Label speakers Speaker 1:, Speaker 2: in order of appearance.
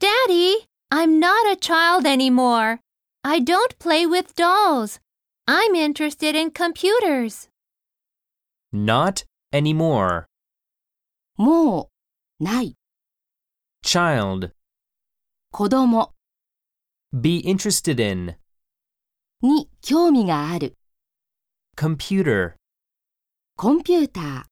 Speaker 1: Daddy, I'm not a child anymore. I don't play with dolls. I'm interested in computers.
Speaker 2: Not anymore.
Speaker 3: もう、ない、
Speaker 2: Child.
Speaker 3: 子供
Speaker 2: Be interested in.
Speaker 3: に興味がある、
Speaker 2: Computer.
Speaker 3: コンピューター。